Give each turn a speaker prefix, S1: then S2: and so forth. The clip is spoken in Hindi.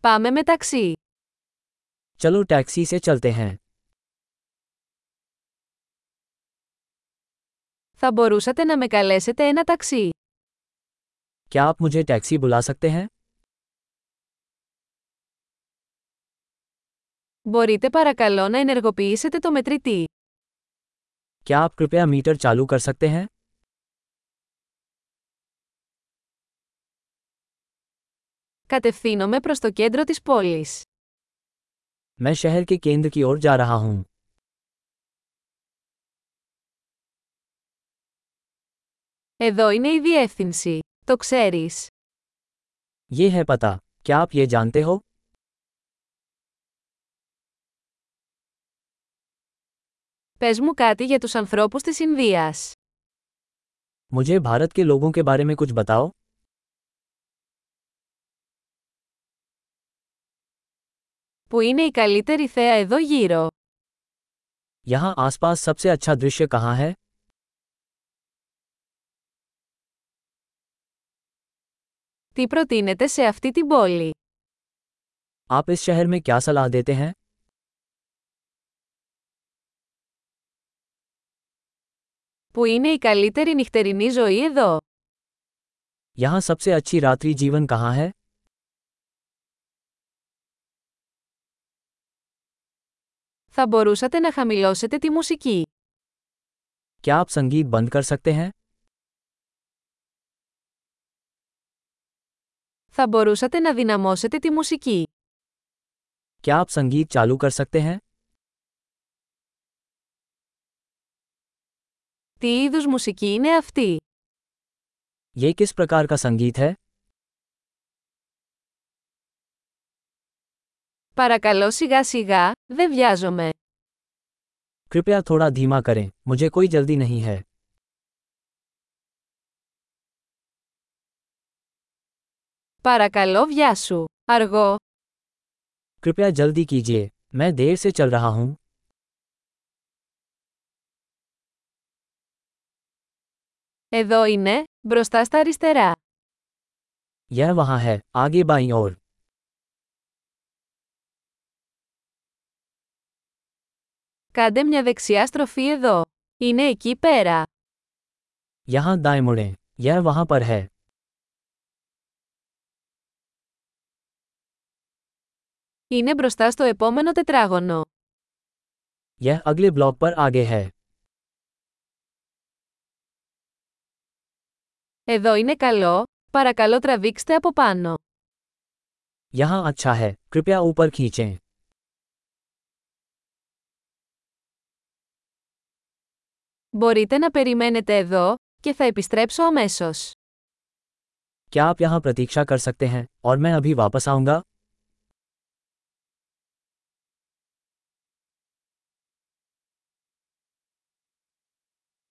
S1: Πάμε με ταξί.
S2: चलो टैक्सी से चलते हैं
S1: Θα μπορούσατε να με καλέσετε ένα ταξί.
S2: क्या आप मुझे टैक्सी बुला सकते हैं
S1: Μπορείτε παρακαλώ να ενεργοποιήσετε το μετρητή.
S2: क्या आप कृपया मीटर चालू कर सकते हैं
S1: Κατευθύνομαι προς το κέντρο της πόλης.
S2: मैं शहर के केंद्र की ओर जा रहा हूँ
S1: Εδώ είναι η διεύθυνση. Το ξέρεις.
S2: ये है पता क्या आप ये जानते हो
S1: Πες μου κάτι για τους ανθρώπους της Ινδίας.
S2: मुझे भारत के लोगों के बारे में कुछ बताओ
S1: Που είναι η καλύτερη θέα εδώ γύρω.
S2: यहाँ आसपास सबसे अच्छा दृश्य कहाँ है
S1: Τι προτείνετε σε αυτή την πόλη.
S2: आप इस शहर में क्या सलाह देते हैं
S1: Που είναι η καλύτερη νυχτερινή ζωή εδώ.
S2: यहाँ सबसे अच्छी रात्रि जीवन कहाँ है
S1: Θα μπορούσατε να χαμηλώσετε τη μουσική.
S2: क्या आप संगीत बंद कर सकते हैं
S1: Θα μπορούσατε να δυναμώσετε τη μουσική.
S2: क्या आप संगीत चालू कर सकते हैं
S1: Τι είδους μουσική είναι αυτή.
S2: ये किस प्रकार का संगीत है
S1: Παρακαλώ σιγά σιγά, δεν βιάζομαι.
S2: कृपया थोड़ा धीमा करें मुझे कोई जल्दी नहीं है
S1: Παρακαλώ βιάσου. Αργό.
S2: कृपया जल्दी कीजिए मैं देर से चल रहा हूँ
S1: Εδώ είναι, μπροστά στα αριστερά.
S2: यह वहाँ है आगे बाईं ओर
S1: Κάντε μια δεξιά στροφή εδώ. Είναι εκεί πέρα.
S2: यहाँ दाएं मुड़ें यह वहाँ पर है
S1: Είναι μπροστά στο επόμενο τετράγωνο.
S2: यह अगले ब्लॉक पर आगे है
S1: Εδώ είναι καλό, παρακαλώ τραβήξτε από πάνω.
S2: यहाँ अच्छा है कृपया ऊपर खींचें
S1: Μπορείτε να περιμένετε εδώ και θα επιστρέψω αμέσως.
S2: क्या आप यहाँ प्रतीक्षा कर सकते हैं और मैं अभी वापस आऊँगा